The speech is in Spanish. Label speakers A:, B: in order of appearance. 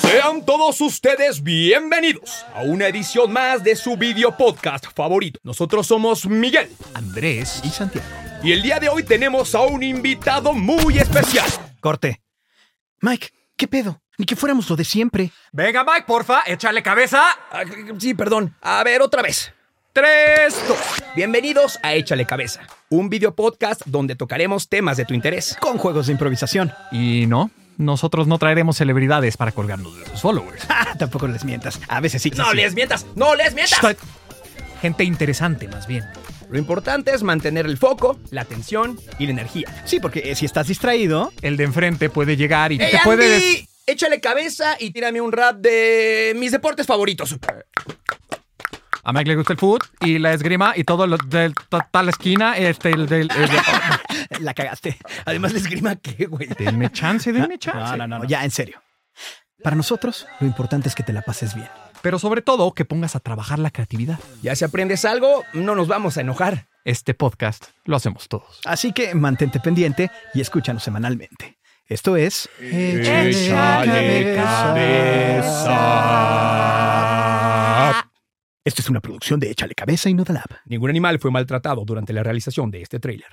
A: Sean todos ustedes bienvenidos a una edición más de su video podcast favorito. Nosotros somos Miguel
B: Andrés y Santiago.
A: y el día de hoy tenemos a un invitado muy especial.
B: Corte. Mike, ¿qué pedo? Ni que fuéramos lo de siempre.
C: Venga, Mike, porfa, échale cabeza.
A: Ah, sí, perdón. A ver, otra vez. Tres, dos. Bienvenidos a Échale Cabeza, un video podcast donde tocaremos temas de tu interés.
B: Con juegos de improvisación.
C: Y no, nosotros no traeremos celebridades para colgarnos de sus followers.
B: Ah, tampoco les mientas. A veces sí.
A: No
B: sí.
A: les mientas, no les mientas.
C: Shh, Gente interesante, más bien.
A: Lo importante es mantener el foco, la atención y la energía.
B: Sí, porque eh, si estás distraído,
C: El de enfrente puede llegar y
A: ¡Ey,
C: te puede... des-
A: Andy! Échale cabeza y tírame un rap de mis deportes favoritos.
C: A Mike le gusta el food y la esgrima y todo lo de tal esquina. Este, el del... el de-
B: eh, la cagaste. Además, les grima qué, güey.
C: denme chance, denme
B: No,
C: chance.
B: no, no, no, ya, en serio. Para nosotros, lo importante es que te la pases bien.
C: Pero sobre todo, que pongas a trabajar la creatividad.
A: Ya si aprendes algo, no nos vamos a enojar.
C: Este podcast lo hacemos todos.
B: Así que mantente pendiente y escúchanos semanalmente. Esto es.
C: Échale
B: cabeza. Esto es una producción de Échale Cabeza y Nodalab.
A: Ningún animal fue maltratado durante la realización de este tráiler.